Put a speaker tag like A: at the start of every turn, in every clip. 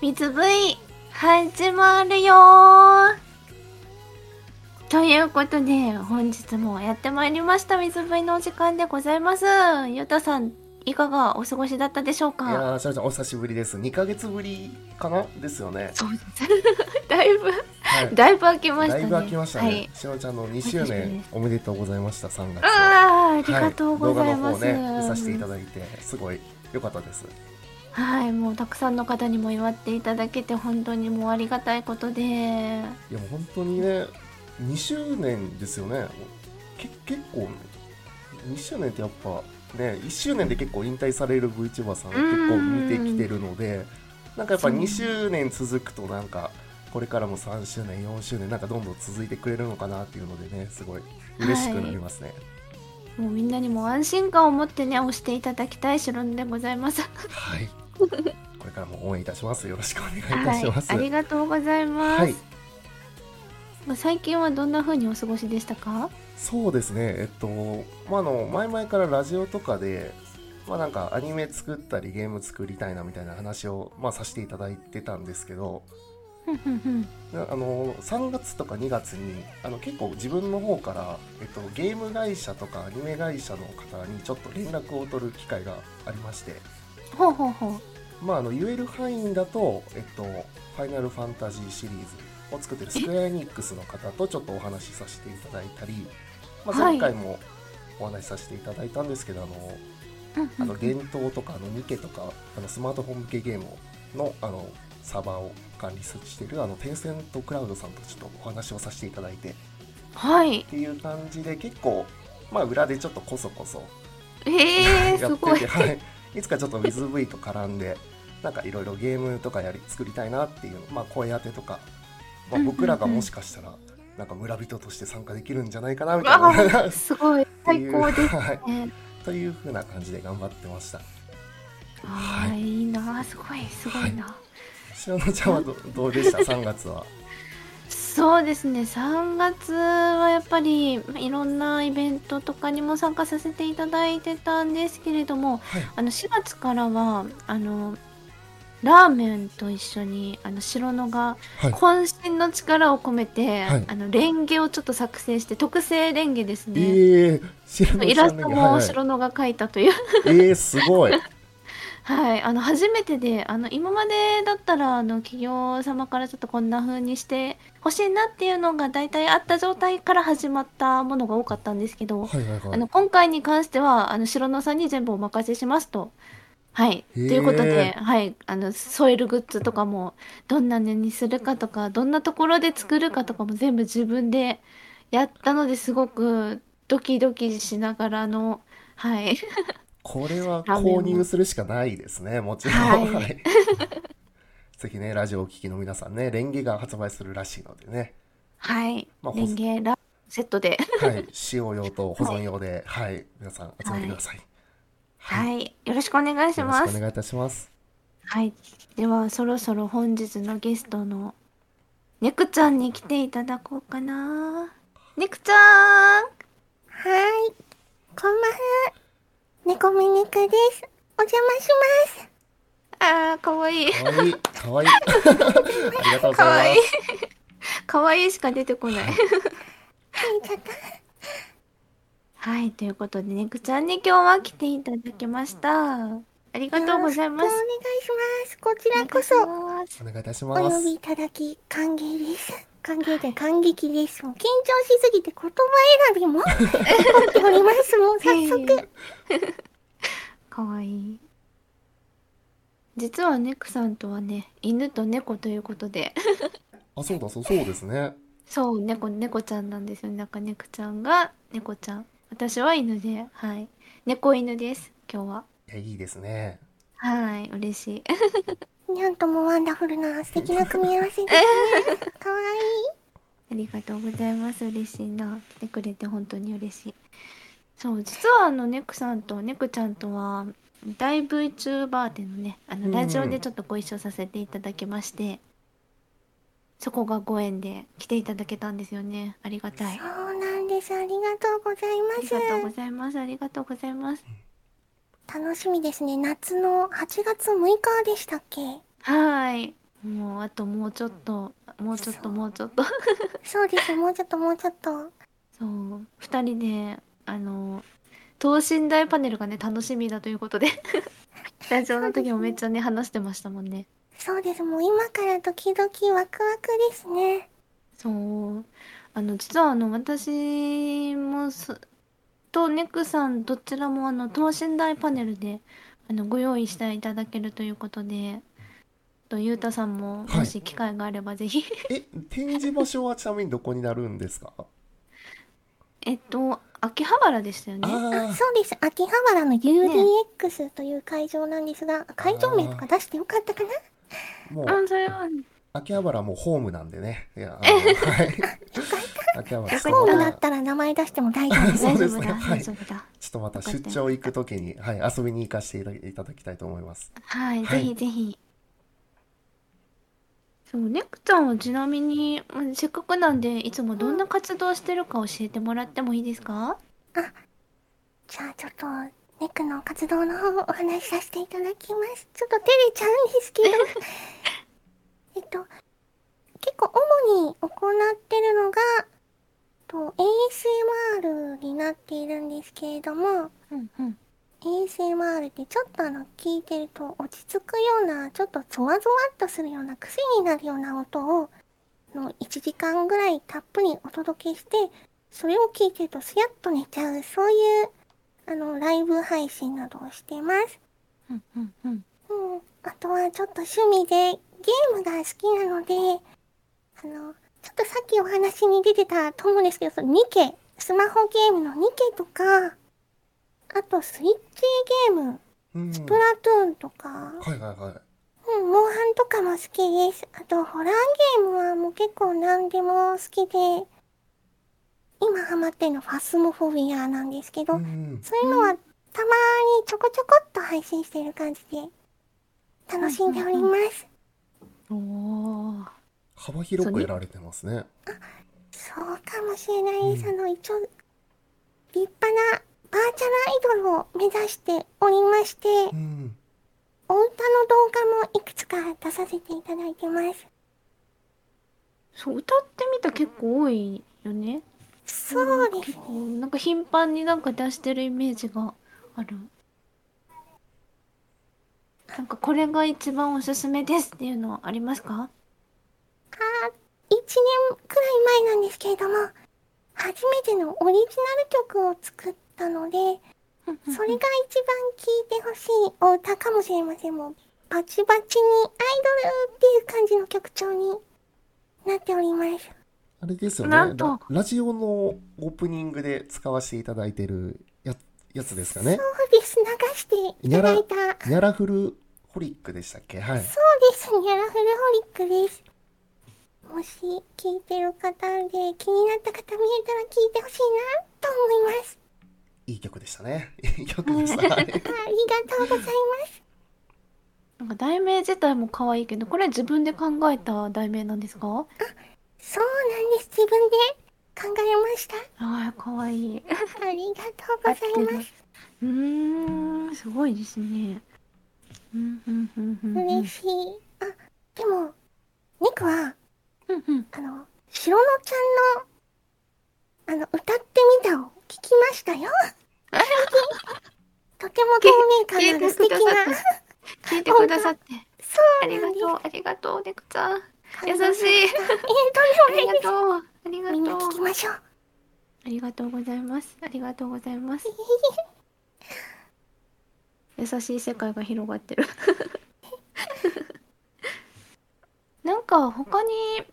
A: 水 V 始まるよーということで本日もやってまいりました水 V のお時間でございますゆうたさんいかがお過ごしだったでしょう
B: い
A: か
B: やー、しゃべちゃん、お久しぶりです。2ヶ月ぶりかなですよね。
A: そうです だいぶ
B: はい。
A: だいぶ空きました
B: だ
A: ね
B: いぶ空きました
A: は
B: ね
A: い。、
B: しのちゃんの2周年おめでとうございました、3月。
A: あーあり
B: はい
A: がとうございます、
B: 動画の方をね、見させていただいて、すごい良かったです。
A: はいもうたくさんの方にも祝っていただけて本当にもうありがたいことで
B: いや、もう本当にね、2周年ですよね。け結構、ね、2周年ってやっぱ、ね、1周年で結構引退される VTuber さん
A: うん
B: 結構見てきてるので、なんかやっぱ2周年続くとなんか、これからも3周年、4周年、なんかどんどん続いてくれるのかなっていうのでね、すごい嬉しくなりますね。
A: もうみんなにも安心感を持ってね押していただきたいロンでございます
B: はい。 これからも応援いたします。よろしくお願いいたしま
A: はい
B: す。
A: ありがとうございます、
B: はい
A: まあ最近はどんな風にお過ごしでしたか
B: そうですね、えっと、まあ、あの前々からラジオとかで、まあ、なんかアニメ作ったりゲーム作りたいなみたいな話を、まあ、させていただいてたんですけど、
A: ふんふんふん
B: なあの3月とか2月にあの結構自分の方から、えっと、ゲーム会社とかアニメ会社の方にちょっと連絡を取る機会がありまして、
A: ほうほうほう
B: まあ、あの言える範囲だと、えっと、ファイナルファンタジーシリーズを作ってるスクエアエニックスの方とちょっとお話しさせていただいたり、まあ、
A: はい
B: 前回もお話しさせていただいたんですけど、あの
A: うんふ
B: あ
A: ん
B: の伝統とかあのミケとかあのスマートフォン向けゲームのあのサーバーを管理しているあのテンセントクラウドさんとちょっとお話をさせていただいてっ
A: はい
B: ていう感じで結構、まあ、裏でちょっとこそこそ
A: えー、
B: や
A: す
B: っ
A: ご
B: て
A: い
B: て、はい、いつかちょっと WithV と絡んでなんかいろいろゲームとかやり作りたいなっていう、まあ、声当てとか、ま
A: うんう
B: あ、
A: んうん
B: 僕らがもしかしたらなんか村人として参加できるんじゃないかなみたい
A: わ
B: な
A: あ
B: っ
A: すごい
B: て
A: 最
B: いう
A: 高です
B: はい、
A: ね
B: というふうな感じで頑張ってました
A: は、
B: はい
A: いいなすごいすごいな、
B: 白野ちゃんはどどうでした3月は
A: そうですね3月はやっぱりまあいろんなイベントとかにも参加させていただいてたんですけれども、
B: はい
A: あの4月からはあのラーメンと一緒にあの白野が
B: はい
A: 渾身の力を込めて、
B: はい
A: あのレンゲをちょっと作成して特製レンゲですね、
B: ええー、白野ちゃん
A: イラス
B: だ
A: ト
B: けはい
A: も
B: はい
A: 白野が描いたという
B: ええー、すごい
A: はい、あの初めてで、あの今までだったらあの企業様からちょっとこんな風にしてほしいなっていうのが大体あった状態から始まったものが多かったんですけど、
B: はいはい
A: あ
B: はい
A: の今回に関してはあの白野さんに全部お任せしますと。はい、と
B: へー
A: いうことで、はい、あの添えるグッズとかもどんなのにするかとか、どんなところで作るかとかも全部自分でやったのですごくドキドキしながらの、 はい。
B: これは購入するしかないですね、もちろん。
A: はい
B: はい、 ぜひね、ラジオをお聞きの皆さんね、レンゲが発売するらしいのでね、
A: はい。
B: まあほ
A: レンゲラセットで。
B: はい、使用用と保存用で、はい、皆さん集めてください。、
A: はいい。よろしくお願いし
B: よろし
A: ま
B: くお
A: す。
B: 願いいたします。
A: はい。では、そろそろ本日のゲストの、ネクちゃんに来ていただこうかな。ネクち
C: は
A: ゃん
C: い。こんばんは。猫目猫です。お邪魔します。
A: あー、かわいい。
B: かわ いい、かわいい。ありがとうご
A: かわ
B: ざ
A: いい。
B: い
A: かわいいしか出てこない。
C: はい、ちょっと。
A: はい。ということで、ネクちゃんに今日は来ていただきました。ありがとうございま
C: よろ
A: す。
C: しくお願いします。こちらこそ、
A: お願いします
B: ます。お願いいたし
C: お
B: ま
C: 呼び
B: す。
C: いただき歓迎です。歓迎で感激です。 もう緊張しすぎて言葉選びも凝っております。もう早速。
A: ええかわいい。実はネクさんとはね、犬と猫ということで、
B: あ、そうだ、そう、そうですね。
A: そう、猫、猫ちゃんなんですよ。なんかネクちゃんが猫ちゃん。私は犬で、はい。猫犬です、今日は。
B: いや、いいですね。
A: はい、嬉しい。
C: にゃんともワンダフルな素敵な組み合わせですね。かわい
A: ありがとうございます。嬉しいな。来てくれて本当に嬉しい。そう、実はあの、ネクさんとネクちゃんとは、大 VTuber でのね、あ
B: う
A: の、
B: ん
A: ラジオでちょっとご一緒させていただきまして、そこがご縁で来ていただけたんですよね。ありがたい。
C: い。
A: あ
C: そうなんです。ありがとうございま
A: り
C: す
A: が。とうございます。ありがとうございます。
C: 楽しみですね。夏の8月6日でしたっけ
A: はい。もうあともうちょっともうちょっともうちょっと
C: そうです。もうちょっともうちょっと。
A: そう2人であの等身大パネルがね楽しみだということでスタジオの時もめっちゃね話してましたもんね
C: そうです。もう今からドキドキワクワクですね。
A: そうあの実はあの私もすとネクさんどちらもあの等身大パネルであのご用意していただけるということでとゆうたさんも
B: はい
A: もし機会があればぜひ、
B: え展示場所はちなみにどこになるんですか
A: えっと秋葉原でしたよね
C: あ、
B: あ
C: そうです。秋葉原の UDX という会場なんですが、会場名とか出してよかったかな
B: あもう
A: うんそれは
B: 秋葉原はもうホームなんでねいやあのはい 秋葉原ちょっ
C: ホー
B: と
C: ム
B: ま
C: だ
B: た
C: ったら名前出しても大丈夫です。
B: そう
A: 大丈
B: です
A: 夫
B: ね
A: だ、
B: はい
A: 大丈夫だ
B: ちょっとまた出張行く時に、はい、遊びに行かせていただいただきたいと思います
A: はい、
B: はい
A: ぜひぜひ。そう、ネクちゃんはちなみに、うんせっかくなんで、いつもどんな活動してるか教えてもらってもいいですか
C: じゃあちょっと、ネックの活動の方をお話しさせていただきます。ちょっと照れちゃうんですけど。えっと、結構主に行ってるのが、と ASMR になっているんですけれども、
A: うんうん。
C: ASMR ってちょっとあの聞いてると落ち着くようなちょっとゾワゾワっとするような癖になるような音をあの1時間ぐらいたっぷりお届けしてそれを聞いてるとスヤッと寝ちゃうそういうあのライブ配信などをしてます。
A: うんうんうん。
C: うん、あとはちょっと趣味でゲームが好きなのであのちょっとさっきお話に出てたと思うんですけどそのニケスマホゲームのニケとかあとスイッチゲーム
B: うん
C: スプラトゥーンとか、
B: はいはいはい
C: うん、モンハンとかも好きです。あと、ホラーゲームはもう結構何でも好きで、今ハマってるのファスモフォビアなんですけど、
B: うん
C: そういうのはたまにちょこちょこっと配信してる感じで、楽しんでおります。
A: おー。
B: 幅広くやられてますね
C: そうかもしれないです。あの、一応、立派なバーチャルアイドルを目指しておりまして、
B: うん
C: お歌の動画もいくつか出させていただいてます。
A: そう、歌ってみた結構多いよね。
C: そうです
A: 結構、なんか頻繁になんか出してるイメージがある。なんかこれが一番おすすめですっていうのはあります
C: あ
A: か
C: 1年くらい前なんですけれども、初めてのオリジナル曲を作ったので、それが一番聴いてほしいお歌かもしれません。もう、バチバチにアイドルっていう感じの曲調になっております。
B: あれですよね
A: なん
B: ラ
A: と
B: ラジオのオープニングで使わせていただいてるややつですかね
C: そうです。流していただいた。
B: ニャラフルホリックでしたっけは
C: そ
B: い
C: うです。ニャラフルホリックです。もし聴いてる方で気になった方見えたら聴いてほしいなと思います。
B: いい曲でしたねいい曲でしたはい
C: あありがとうございます。
A: なんか題名自体も可愛いけど、これは自分で考えた題名なんですか
C: そうなんです。自分で考えました。
A: ああ、可愛い。
C: ありがとうございます。
A: うーん、すごいですね。うん、うん、うん、うん。うん
C: 嬉しい。あ、でも、ニクは、
A: うん、うん。
C: あの、シロノちゃんの、あの、歌ってみたを聞きましたよ。とても透明感のある素敵な。
A: 聞いてくださって。
C: そう
A: あり
C: な
A: が
C: んです
A: とう、ありがとう、ネクちゃん。あ
C: 感
A: 優しい
C: 動ましたえー、とんでもない
A: りが
C: です。
A: とう、ありが
C: みんな
A: と
C: 聞き
A: う。
C: ましょう。
A: ありがとうございます。ありがとうございます。優しい世界が広がってる。 なんか他に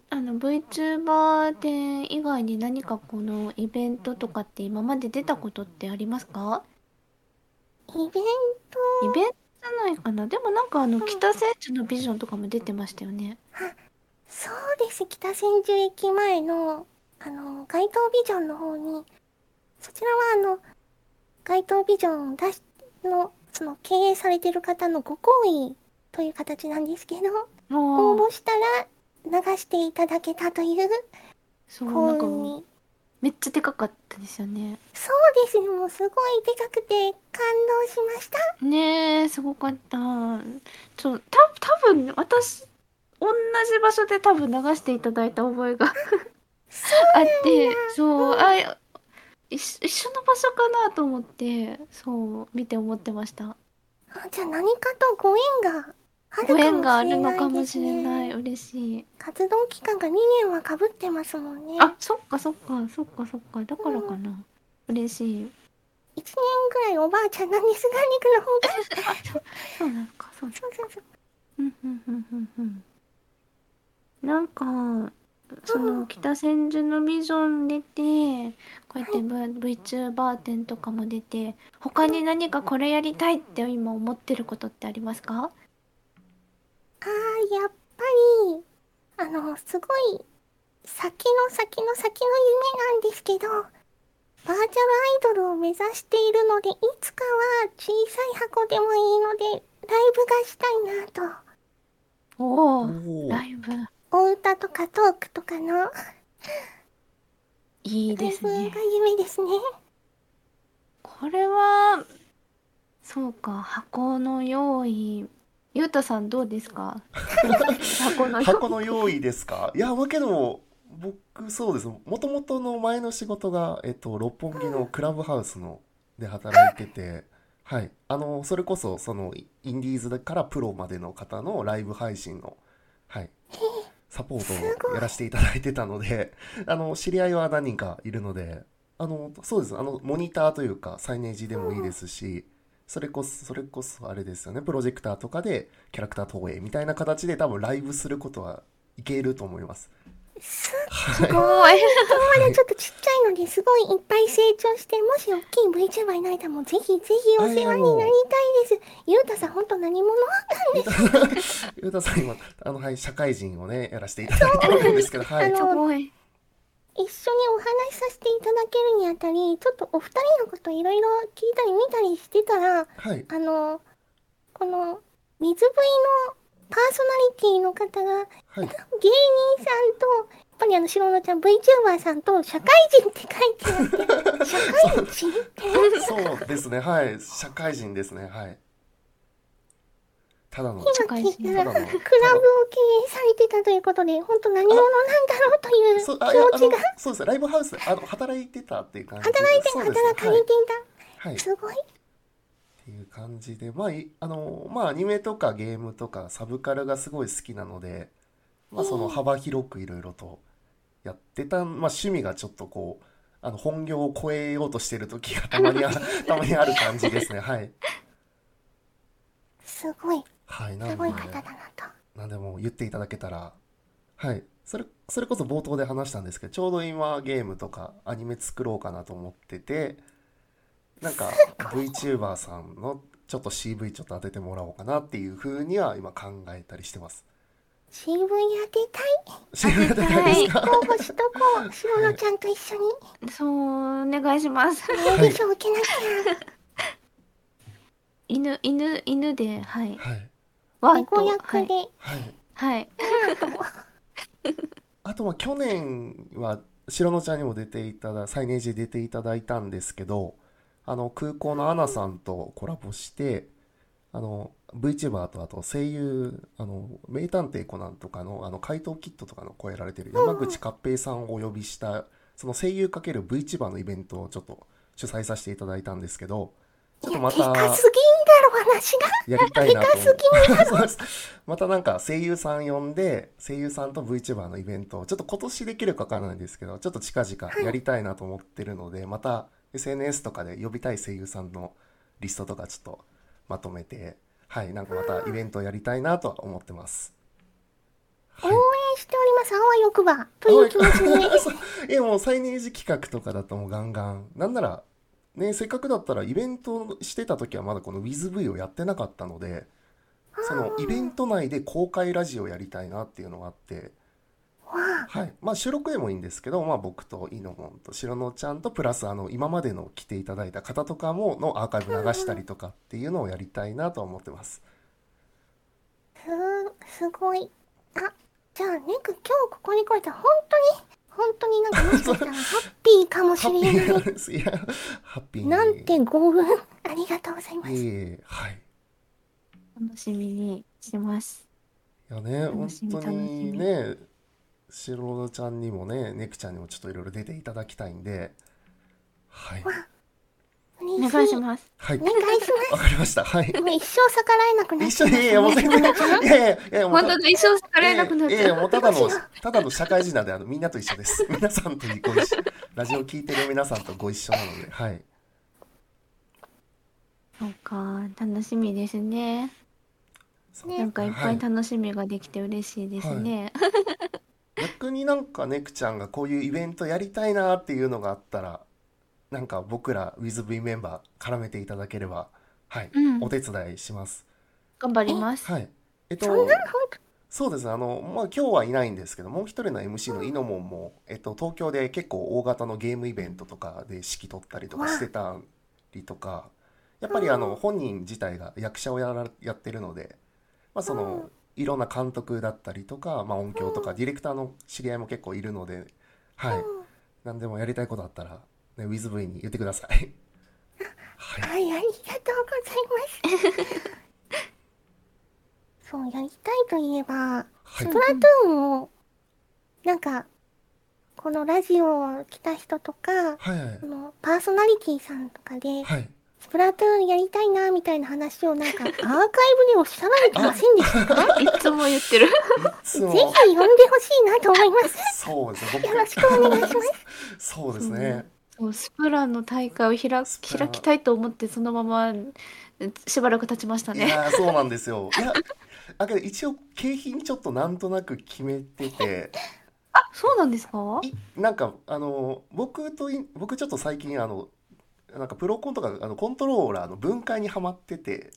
A: あの VTuber で以外に何かこのイベントとかって今まで出たことってありますか
C: イベント、
A: イベントじゃないかなでもなんかあの北千住のビジョンとかも出てましたよね
C: そうです。北千住駅前の、あの、街頭ビジョンの方に、そちらはあの、街頭ビジョンを出し、の、その経営されてる方のご好意という形なんですけど、応
A: もう
C: 募したら流していただけたという
A: そうな
C: 幸
A: んか
C: 運
A: もう
C: に。
A: めっちゃでかかったですよね
C: そうですね。もうすごいでかくて感動しました。
A: ねえすごかったちょた多分私同同じ場所で多分流していただいた覚えがあってそうあ一緒一緒の場所かなと思ってそう見て思ってました
C: あじゃあ何かとご縁があるかもしれないです、ね、
A: ご縁があるのかもしれない嬉しい
C: 活動期間が2年はかぶってますもんね
A: あそっかそっかそっかそっかだからかな、嬉しい
C: 1年ぐらいおばあちゃんなんですが肉の方が
A: そうなのかそうなのか
C: そうそうそう
A: うんうんうんうんうんなんかその北千住のビジョン出てこうやって V VTuber 展とかも出て他に何かこれやりたいって今思ってることってあります
C: あ
A: か
C: ーやっぱりあのすごい先の先の先の夢なんですけどバーチャルアイドルを目指しているのでいつかは小さい箱でもいいのでライブがしたいな
A: お
B: お
A: お
B: ー
A: ライブ
C: とお歌とかトークとかの
A: いいです
C: ライ
A: ね
C: ブが夢ですね
A: これはそうか箱の用意ゆうたさんどうですか箱の用
B: 箱の用意ですか いやまあけど僕そうですもともとの前の仕事が、えっと、六本木のクラブハウスので働いてて、はい、あのそれこそそのイインディーズからプロまでの方のライブ配信の、はい、サポートをやらせていただいてたのであの知り合いは何人かいるのであのそうですあのモニターというかサイネージでもいいですし、それこそそれこそあれですよねプロジェクターとかでキャラクター投影みたいな形で多分ライブすることはいけると思います。
C: す
B: はい
A: すごい
C: まだちょっとちっちゃいのですごいいっぱい成長してもし大きい VTuber になれたらもうぜひぜひお世話になりたいですゆうたさんほんと何者
B: ゆうたさん今あのはい社会人をねやらせていただいてるんですけど、は
C: あ
B: い
C: の。
A: すごい
C: 一緒にお話しさせていただけるにあたりちょっとお二人のこといろいろ聞いたり見たりしてたら
B: はい。
C: あのこの水 V のパーソナリティの方が
B: はい。
C: 芸人さんとやっぱりあの白野ちゃん VTuber さんと社会人って書いてあって社会人って
B: そうですね。はい。社会人ですね。はい。ただの。
C: 今聞いたらクラブを経
B: 社会人
C: 営されてたということで本当何者なんだろうという
B: そうあいやあ
C: 気持
B: の
C: ちが
B: そうです。ライブハウスであの働いてたっていう感じ
C: 働
B: で。
C: いて
B: そう
C: 働
B: です
C: かれてい
B: はい。はい
C: たすごい
B: っていう感じで、まあ、いあの、まあ、アニメとかゲームとかサブカルがすごい好きなので、まあ、その幅広くいろいろとやってた、まあ、趣味がちょっとこう、あの、本業を超えようとしてる時がた まにあ、たまにある感じですね。はい。
C: すごい
B: はい。な
C: す
B: の
C: ごい
B: で、
C: 方だなと。
B: なんでも言っていただけたら、はい。それ、それこそ冒頭で話したんですけど、ちょうど今ゲームとかアニメ作ろうかなと思ってて、なんか VTuber さんのちょっと CV ちょっと当ててもらおうかなっていう風には今考えたりしてます。
C: CV 当てたい
B: CV 当てたいですか
C: 候補しとこう白野ちゃんと一緒に
A: そうお願いします
C: オーディション受けなきゃ
A: 犬犬犬ではい
B: はい。
A: ワン
C: 猫
A: と
C: 役
A: はい
C: で、
B: はい。
A: はい
B: あと、まあ、去年は、白野ちゃんにも出ていただ、サイネージで出ていただいたんですけど、あの、空港のアナさんとコラボして、あの、VTuber とあと声優、あの、名探偵コナンとかの、あの、怪盗キットとかの声やられてる山口勝平さんをお呼びした、その声優かける VTuber のイベントをちょっと主催させていただいたんですけど、ちょっとま
C: で
B: た、
C: かすぎんだろ話が
B: やりたいなと思
C: 下手
B: って。そうですまたなんか声優さん呼んで、声優さんと VTuber のイベントを、ちょっと今年できるかわからないんですけど、ちょっと近々やりたいなと思ってるので、また SNS とかで呼びたい声優さんのリストとかちょっとまとめて、はい、なんかまたイベントをやりたいなとは思ってます。
C: 応
B: はい
C: 援しておりますあわよくばという気持ちで、ね、
B: え、もう再認識企画とかだともうガンガン。なんなら、ね、せっかくだったらイベントしてた時はまだこの WithV をやってなかったので、そのイベント内で公開ラジオやりたいなっていうのがあって、はい。まあ収録でもいいんですけど、まあ僕とイノモンと白野ちゃんとプラスあの今までの来ていただいた方とかものアーカイブ流したりとかっていうのをやりたいなとは思ってます。
C: すすごいあじゃあねく今日ここに来れたら本当に本当になんかもしかしたら ハッピーかもし
B: ハ
C: れ
B: ッ
C: な
B: ピ
C: い
B: ーなんです。いや、ハッピーに
C: なんて幸運ありがとうございま
B: いえ
C: す
B: いえはい。
A: 楽しみにします
B: いいやね、本
A: 楽しみ
B: 当に
A: 楽しみ
B: ね、シロロちゃんにもね、ネクちゃんにもちょっといろいろ出ていただきたいんで、はい。
A: お
C: 嬉しい。
A: 願いします。
B: はい。
C: お願いしま
B: わかりました。はい
C: す。。もう一生逆らえなくなっ
B: 一
C: ちゃ
B: 緒
C: い
B: に、いやいや、も
C: ま
B: う
C: す
B: 全
C: ね。
B: 然、いやいや、いや、もう
A: 本当、一生疲れなくなっち
B: いやいや
A: ゃう。
B: もうただの、ただの社会人なんで、あの、みんなと一緒です。皆さんとご一緒、ラジオ聞いてる皆さんとご一緒なので、はい。
A: そうか、楽しみですね。
B: そう
A: なんかいっぱ
B: はい
A: い楽しみができて嬉しいですね。
B: 逆になんかネクちゃんがこういうイベントやりたいなっていうのがあったらなんか僕ら WithV メンバー絡めていただければはい、
A: うん
B: お手伝いします
A: 頑張ります。
B: はいえっと
C: そんなの本
B: そうですねあの、まあ、今日はいないんですけどもう一人の MC のイノモンも、えっと、東京で結構大型のゲームイベントとかで指揮取ったりとかしてたりとかやっぱりあの本人自体が役者をやらやってるので、まあ、そのいろんな監督だったりとか、まあ、音響とかディレクターの知り合いも結構いるので、は
C: 当
B: い、何でもやりたいことあったら、ね、WithV に言ってください。はい
C: はい、ありがとうございます。そう、やりたいといえば、
B: はい
C: スプラトゥーンを、なんか、このラジオを来た人とか、
B: はいはい
C: あのパーソナリティさんとかで、
B: はい
C: スプラトゥーンやりたいな、みたいな話をなんか、アーカイブにおっしゃられてませんでしたか
A: いつも言ってる。
C: ぜ
B: そ
C: ひ
B: う
C: 呼んでほしいなと思います。
B: そうですね
C: よろしくお願いします。
B: 僕そうですね
A: そうスプラの大会を開
B: ス
A: く
B: プラ
A: 開きたいと思ってそのまましばらく経ちました
B: い
A: ね。
B: やーそうなんですよいやだけど一応景品ちょっとなんとなく決めてて
A: あ、そうなんですか？
B: いなんかあの僕とい僕ちょっと最近あのなんかプロコンとかあのコントローラーの分解にはまってて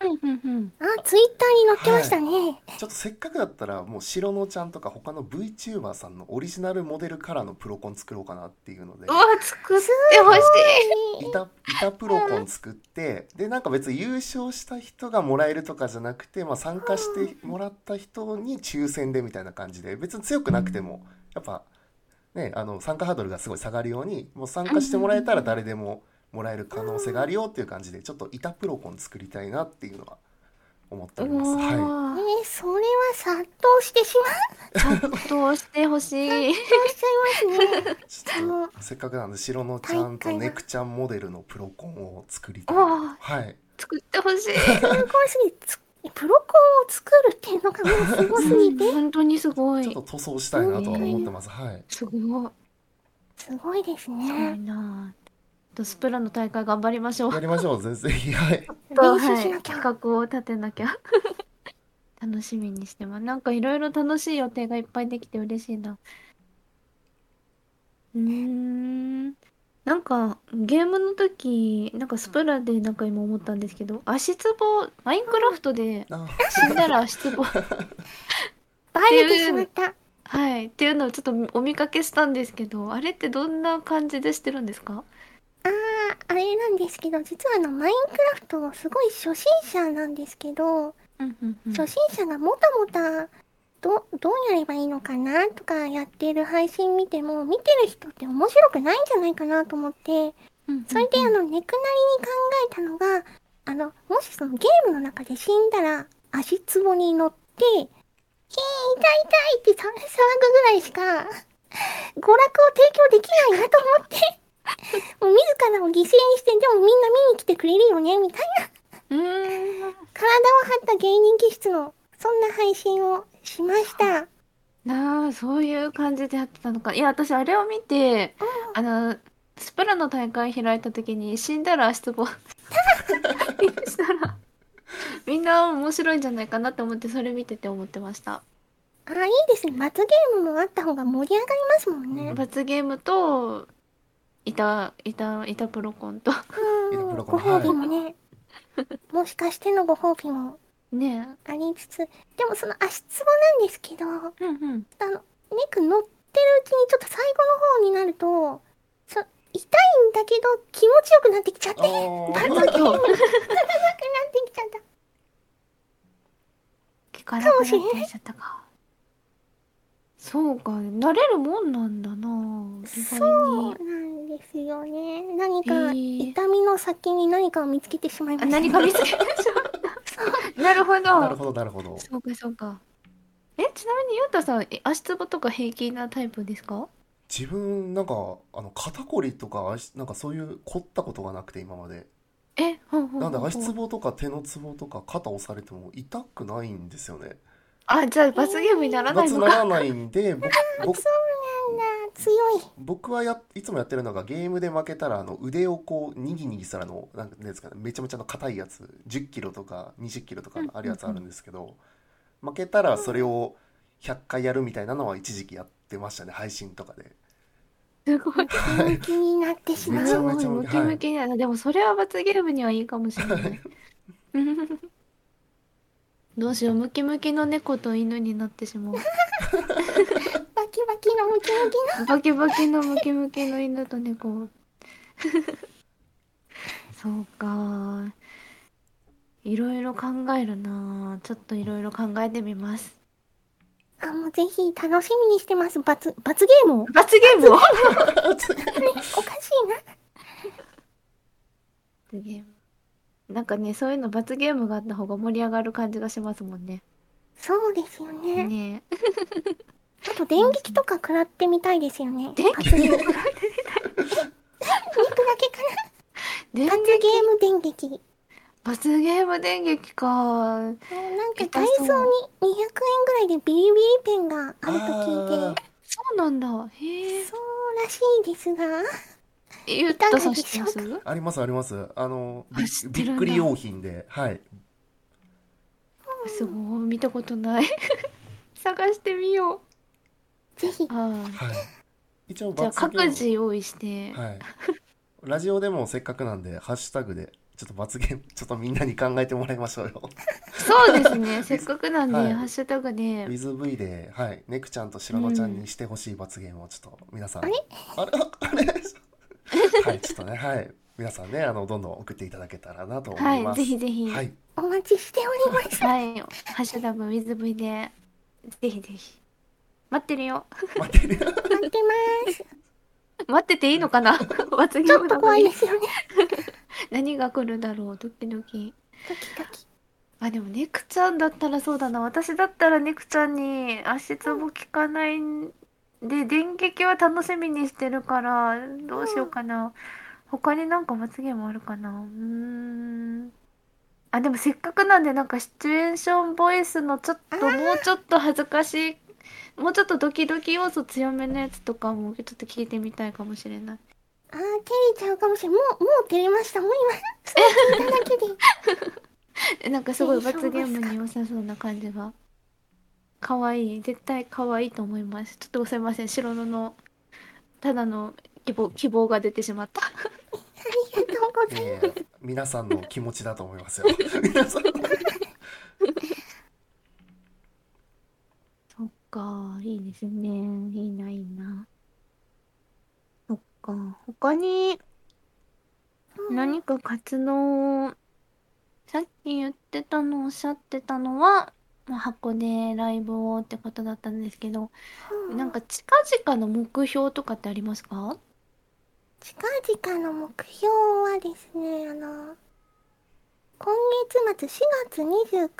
A: うんうんうん。
C: あ、ツイッターに載ってましたね。
B: ちょっとせっかくだったらもう白野ちゃんとか他の VTuber さんのオリジナルモデルからのプロコン作ろうかなっていうので
A: うわ作ってほしい。
B: 板板プロコン作ってでなんか別に優勝した人がもらえるとかじゃなくて、まあ、参加してもらった人に抽選でみたいな感じで別に強くなくてもやっぱ、ね、あの参加ハードルがすごい下がるようにもう参加してもらえたら誰でももらえる可能性があるよっていう感じでちょっと板プロコン作りたいなっていうのは思っております。
A: う
B: は
C: え
A: わ
C: ーそれは殺到してしまう
A: どうしてほしい。
C: しちゃいますね。
B: い、ちょっとせっかくなんで白野ちゃんとネクちゃんモデルのプロコンを作りたい。
A: 大会が
B: はい
A: 作ってほしい。
C: すごいすぎてつプロコンを作るっていうのがもうすごすぎ て
A: 本当にすご
B: ちょっ
A: い
B: と。塗装したいなとは思ってます。はい。
A: すごい。
C: すごいです
A: すごい
C: ね
A: なあ。とスプラの大会頑張りましょう
B: や。りましょう、全然。はい。
C: 練習しなきゃ、
A: 企画を立てなきゃ 楽しみにしてますなんかいろいろ楽しい予定がいっぱいできて嬉しいなうーんなんかゲームの時なんかスプラでなんか今思ったんですけど足つぼマインクラフトで
B: あ
A: 死んだら足つぼ
C: バレてしまった
A: はいっていうのをちょっとお見かけしたんですけどあれってどんな感じでしてるんですか
C: ああれなんですけど実はあのマインクラフトすごい初心者なんですけど
A: うんうんうん
C: 初心者がもたもたどどうやればいいのかなとかやってる配信見ても見てる人って面白くないんじゃないかなと思って
A: うんうん
C: それであのネクなりに考えたのがあのもしそのゲームの中で死んだら足つぼに乗って「へえ痛い痛い」ってさ騒ぐぐらいしか 娯楽を提供できないなと思って もう自らを犠牲にしてでもみんな見に来てくれるよねみたいな
A: うー
C: 体を張
A: ん
C: った芸人気質のそんな配信をしました。
A: なあ、そういう感じでやってたのか。いや、私、あれを見て、あの、スプラの大会開いた時に、死んだら足つぼ。したら、 みんな面白いんじゃないかなって思って、それ見てて思ってました。
C: ああいいですね罰ゲームもあった方が盛り上がりますもんね。
A: 罰ゲームと、いた、いた、いたプロコンと。
B: いや
C: う
B: プ
C: ん
B: ロコ
C: ご
B: ンは
C: 褒美もね、もしかしてのご褒美も
A: ね
C: ありつつ、でもその足つぼなんですけど、あ
A: え。うんうん。
C: の、ネク乗ってるうちにちょっと最後の方になると、そ痛いんだけど気持ちよくなってきちゃって、
B: あ
C: なくな
B: ー
C: ってきちゃった。
A: 聞かなくなってきちゃったか。そうか、慣れるもんなんだなあ意外
C: そう
A: に。
C: なんですよね。何か
A: えー
C: 痛みの先に何かを見つけてしまいま
A: あ、
C: した。
A: 何か見つけました。なるほど。
B: なるほど、なるほど。
A: そうかそうか。ちなみにゆうたさんえ足つぼとか平気なタイプですか
B: 自分なんかあの肩こりとか足なんかそういう凝ったことがなくて今まで
A: えほんほんほんほん
B: なんで足つぼとか手のつぼとか肩押されても痛くないんですよね
A: あじゃあ罰ゲームにならない
B: 夏
A: の
B: な
A: か、
B: らない んで僕僕
C: なんだ、強い。
B: 僕はやいつもやってるのがゲームで負けたらあの腕をこうにぎにぎしたらのなんかなんですかねめちゃめちゃの硬いやつ10キロとか20キロとかあるやつあるんですけど負けたらそれを100回やるみたいなのは一時期やってましたね配信とかで。
A: すごい
B: はい
C: 気になってしま
B: め
C: う。
B: ち
A: す
B: ゃ
A: ご
B: めち
A: い
B: ゃ
A: ムキムキになる、でもそれは罰ゲームにはいいかもしれない どうしようムキムキの猫と犬になってしまう
C: バキバキのムキムキの。
A: バキバキのムキムキの犬と猫 そうかいろいろ考えるなちょっといろいろ考えてみます
C: あ、もうぜひ楽しみにしてます。罰、罰ゲームを。
A: 罰ゲームを
C: おかしいな。
A: 罰ゲームなんかねそういうの罰ゲームがあった方が盛り上がる感じがしますもんね
C: そうですよね。
A: ねえ
C: あと電撃とか食らってみたいですよね。
A: 電
C: 罰ゲーム。肉だけかな。
A: 電
C: 罰ゲーム電撃。も
A: 罰ゲーム電撃か
C: うなんか
A: 痛そ
C: ダ
A: う
C: イソーに200円ぐらいでビリビリペンがあると聞いて、
A: そうなんだへえ
C: そうらしいですが、
A: ゆったさん知ってます
B: あーありますありますあのび
A: あ知って
B: び
A: る
B: っ
A: んだ
B: くり用品ではい
A: すごい見たことない 探してみよう
C: ぜひ、
A: ああ
B: はい一応
A: じゃあ
B: 罰ゲー
A: 各
B: ム
A: 自用意して、
B: はい。ラジオでもせっかくなんで、ハッシュタグで、ちょっと罰ゲーム、ちょっとみんなに考えてもらいましょうよ。
A: そうです ねせっかくなんで、
B: はい
A: ハッシュタグで
B: WithV で、はい、ネクちゃんと白ロちゃんにしてほしい罰ゲームをちょっと皆さん、
C: あれ
B: あれあれはい、ちょっとね、はい、皆さんね、あの、どんどん送っていただけたらなと思
A: はい
B: ま
A: い
B: す。
A: ぜひぜひ
B: は
A: はい、
B: い、
C: お待ちしてお ります。
A: ハッシュタグ WithV でぜひぜひ待ってるよ
B: 待ってる。
C: 待ってます。
A: 待ってていいのかな罰 ゲ
C: ち
A: ー
C: ょ
A: ム
C: っ
A: な
C: と
A: の
C: 怖い
A: に
C: ですよね。
A: 何が来るだろうドキドキ
C: ドキドキ。
A: あでもネクちゃんだったらそうだな私だったらネクちゃんに足つぼ効かないんで電撃は楽しみにしてるからどうしようかな、他になんか罰ゲームあるかなうーんあでもせっかくなんでなんかシチュエーションボイスのちょっともうちょっと恥ずかしいもうちょっとドキドキ要素強めのやつとかもちょっと聞いてみたいかもしれない
C: あー、照れちゃうかもしれん。もう、もう照れました。もう今、そう聞いただけで。
A: えなんかすごい罰ゲームに良さそうな感じが可愛い絶対可愛いと思いますちょっとすいません白野のただの希望希望が出てしまった
C: ありがとうござい
B: いやいや皆さんの気持ちだと思いますよ。皆さん。
A: そっかいいですねいいないいなそっか他に
C: ます。
A: 何か活動をさっき言ってたのおっしゃってたのはまあ箱でライブをってことだったんですけど
C: うん
A: なんか近々の目標とかってありますか
C: 近々の目標はですね、あの、今月末4月29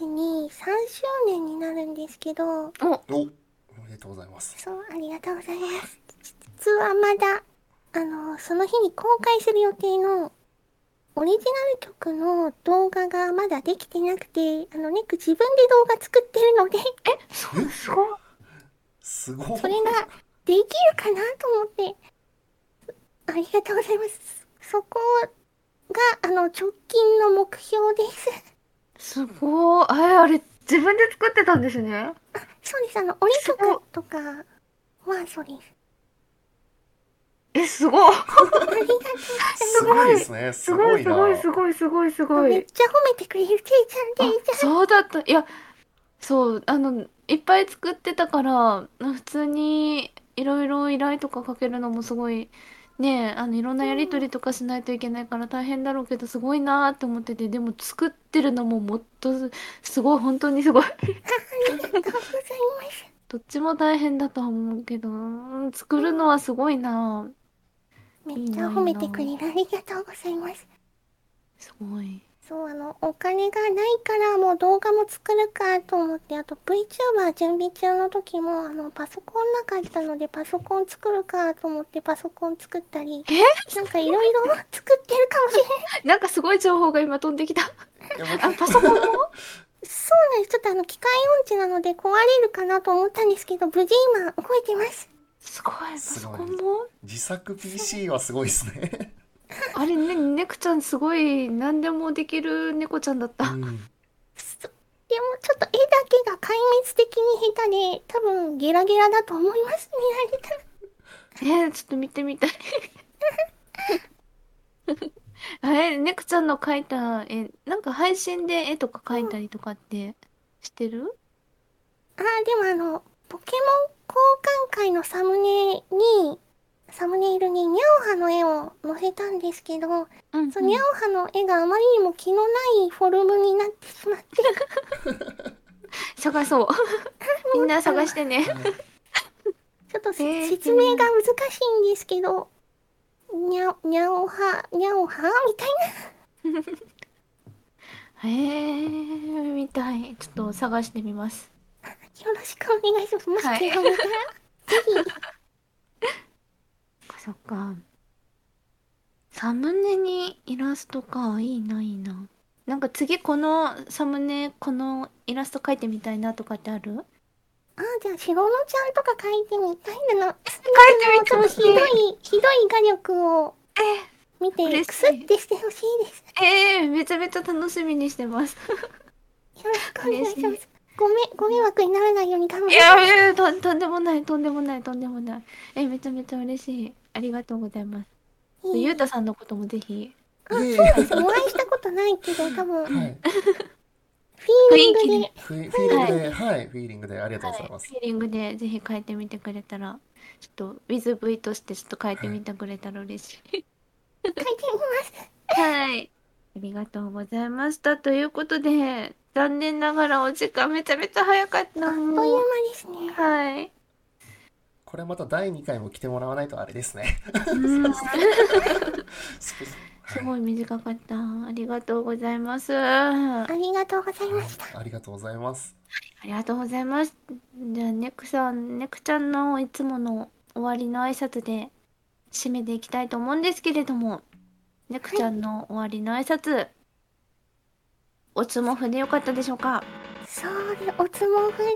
C: 日に3周年になるんですけど、
B: お、おめでとうございます。
C: そう、ありがとうございます。実はまだ、あの、その日に公開する予定のオリジナル曲の動画がまだできてなくて、あの、ネック自分で動画作ってるので、
A: そうすごい
B: すごい
C: そ。れができるかなと思って。ありがとうございます。そこが、あの、直近の目標です。
A: すごい。ああれ、自分で作ってたんですね。
C: そうです、あの、折り
A: すごい
C: 曲とかはそうです。
A: え、すごい。
C: ありがとう。
B: すごいですね。す
A: す
B: ご
A: ご
B: い
A: い、す
B: な。
A: ごい、すごい、すごい、すご
C: めっ
A: い。
C: ちゃ褒めてくれる、ケイちゃん、ケイちゃん。
A: そうだった。いや、そう、あの、いっぱい作ってたから、普通にいろいろ依頼とかかけるのもすごい、ねえ、あの、いろんなやりとりとかしないといけないから大変だろうけど、すごいなーって思ってて、でも作ってるのももっとすすごい、本当にすごい。
C: ありがとうございます。
A: どっちも大変だとは思うけど、うん作るのはすごいなー。
C: めっちゃ褒めてくれる、ありがとうございます。
A: すごい。
C: そう、あの、お金がないからもう動画も作るかと思って、あと VTuber 準備中の時も、あの、パソコンなかったのでパソコン作るかと思ってパソコン作ったり、なんかいろいろ作ってるかもしれない。
A: なんかすごい情報が今飛んできた。
B: いや
A: あ、パソコンも
C: そうなんです。ちょっとあの、機械音痴なので壊れるかなと思ったんですけど、無事今動いてます。
A: すごい、パ
B: す
A: ソ
B: ごい
A: コンも
B: 自作 PC はすごいですね。
A: あれね、猫ちゃんすごい、何でもできる猫ちゃんだっ
B: う
A: た。
B: ん、
C: そでもちょっと絵だけが壊滅的に下手で、多分ゲラゲラだと思います。見られたら。
A: えー、ちょっと見てみたい。 あれ、猫ちゃんの描いた絵、なんか配信で絵とか描いたりとかってしてる
C: あーでもあの、ポケモン交換会のサムネに、サムネイルにニャオハの絵を載せたんですけど、
A: うん
C: そのニャオハの絵があまりにも気のないフォルムになってしまって、
A: 探 そう。みんな探してね。
C: ちょっとせ、
A: えー
C: 説明が難しいんですけど、ニャオ、ニャオハ、ニャオハみたいな。
A: えー、みたい。ちょっと探してみます。
C: よろしくお願いします。もし
A: はい
C: 気が向いたら、ぜ
A: そっか。サムネにイラストか。いいな、いいな。なんか次このサムネ、このイラスト描いてみたいなとかってある
C: あーじゃあ、シロノちゃんとか描いてみたいなの。描い
A: いてみてほし
C: ひ
A: い
C: どい、ひどい画力を見て、
A: 嬉しい
C: くすってしてほしいです。
A: ええめちゃめちゃ楽しみにしてます。
C: よろしくお願いしま
A: 嬉し
C: す。ごめん、ご迷惑にならないように頑張
A: い
C: り
A: や
C: ます。
A: いやいやと、とんでもない、とんでもない、とんでもない。え、めちゃめちゃ嬉しい。ありがとうございます。
C: いい
A: ゆうたさんのこともぜひ。
B: いえいえ
C: お会いしたことないけど、多分、フィ
B: はい、
C: ーリングで。
B: フィフィーリングで、はい、フィーリングでありがとうございます。
A: フィーリングでぜひ書いてみてくれたら、ちょっと、WithV としてちょっと書いてみてくれたら嬉しい。
C: 書いてみます。
A: はい。ありがとうございました。ということで、残念ながらお時間めちゃめちゃ早かっ
C: あ
A: た。
C: っという間
A: もう
C: ですね。
A: はい。
B: これまた第2回も来てもらわないとあれですね。
A: うんす
B: すごい
A: ごい短かった。ありがとうございます。あ
C: ありがとうございました。
B: ありがとうございます。
A: りがとうございます。じゃあ、ネクさん、ネクちゃんのいつもの終わりの挨拶で締めていきたいと思うんですけれども、ネクちゃんの終わりの挨拶、おつもふでよかったでしょうか
C: そうで、おつもふで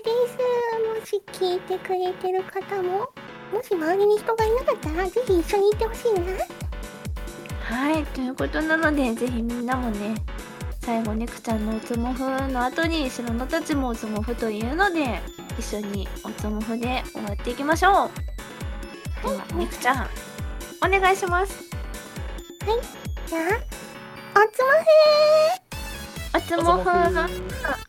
C: す。もし聞いてくれてる方も、もし周りに人がいなかったら、ぜひ一緒にいてほしいな。
A: はい、ということなので、ぜひみんなもね、最後、ネクちゃんのおつもふの後に、白のたちもおつもふというので、一緒におつもふで終わっていきましょう。では、ネクちゃん、お願いします。
C: じゃあ、おつもふ
A: おつもふ
B: おつもふ